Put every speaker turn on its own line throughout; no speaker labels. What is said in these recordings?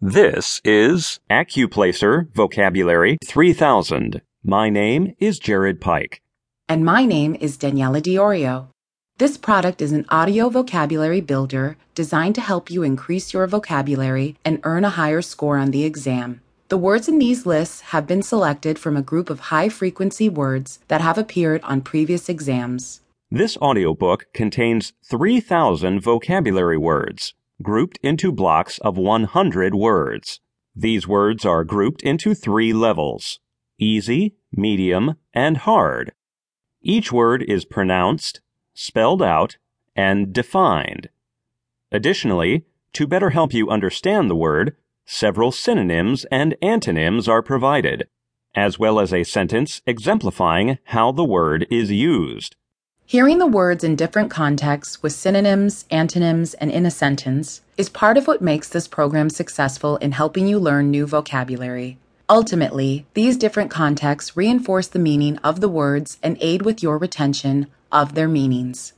This is Accuplacer Vocabulary 3000. My name is Jared Pike.
And my name is Daniela Diorio. This product is an audio vocabulary builder designed to help you increase your vocabulary and earn a higher score on the exam. The words in these lists have been selected from a group of high frequency words that have appeared on previous exams.
This audiobook contains 3000 vocabulary words grouped into blocks of 100 words. These words are grouped into three levels easy, medium, and hard. Each word is pronounced, spelled out, and defined. Additionally, to better help you understand the word, several synonyms and antonyms are provided, as well as a sentence exemplifying how the word is used.
Hearing the words in different contexts with synonyms, antonyms, and in a sentence is part of what makes this program successful in helping you learn new vocabulary. Ultimately, these different contexts reinforce the meaning of the words and aid with your retention of their meanings.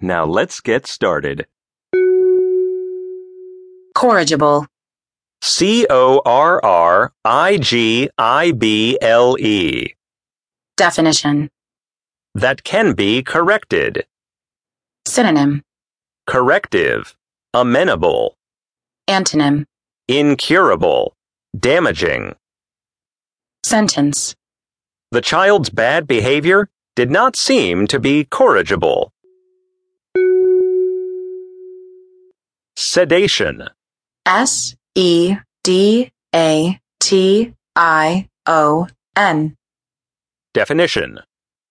Now let's get started.
Corrigible,
C O R R I G I B L E.
definition,
That can be corrected.
synonym,
Corrective. Amenable.
antonym,
Incurable. Damaging.
sentence,
The child's bad behavior did not seem to be corrigible. Sedation.
S E D A T I O N.
Definition.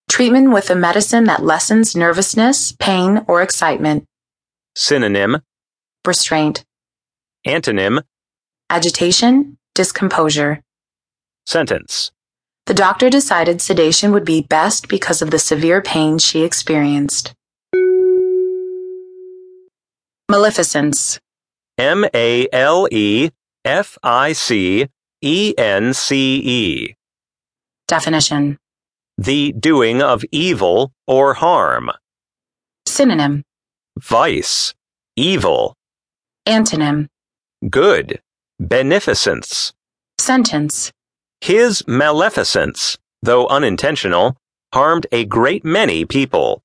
Treatment with a medicine that lessens nervousness, pain, or excitement,
Synonym.
restraint,
Antonym.
agitation, discomposure.
Sentence.
The doctor decided sedation would be best because of the severe pain she experienced. Maleficence,
M A L E F I C E N C E.
definition,
The doing of evil or harm.
synonym,
Vice. Evil.
antonym,
Good. Beneficence.
sentence,
His maleficence, though unintentional, harmed a great many people.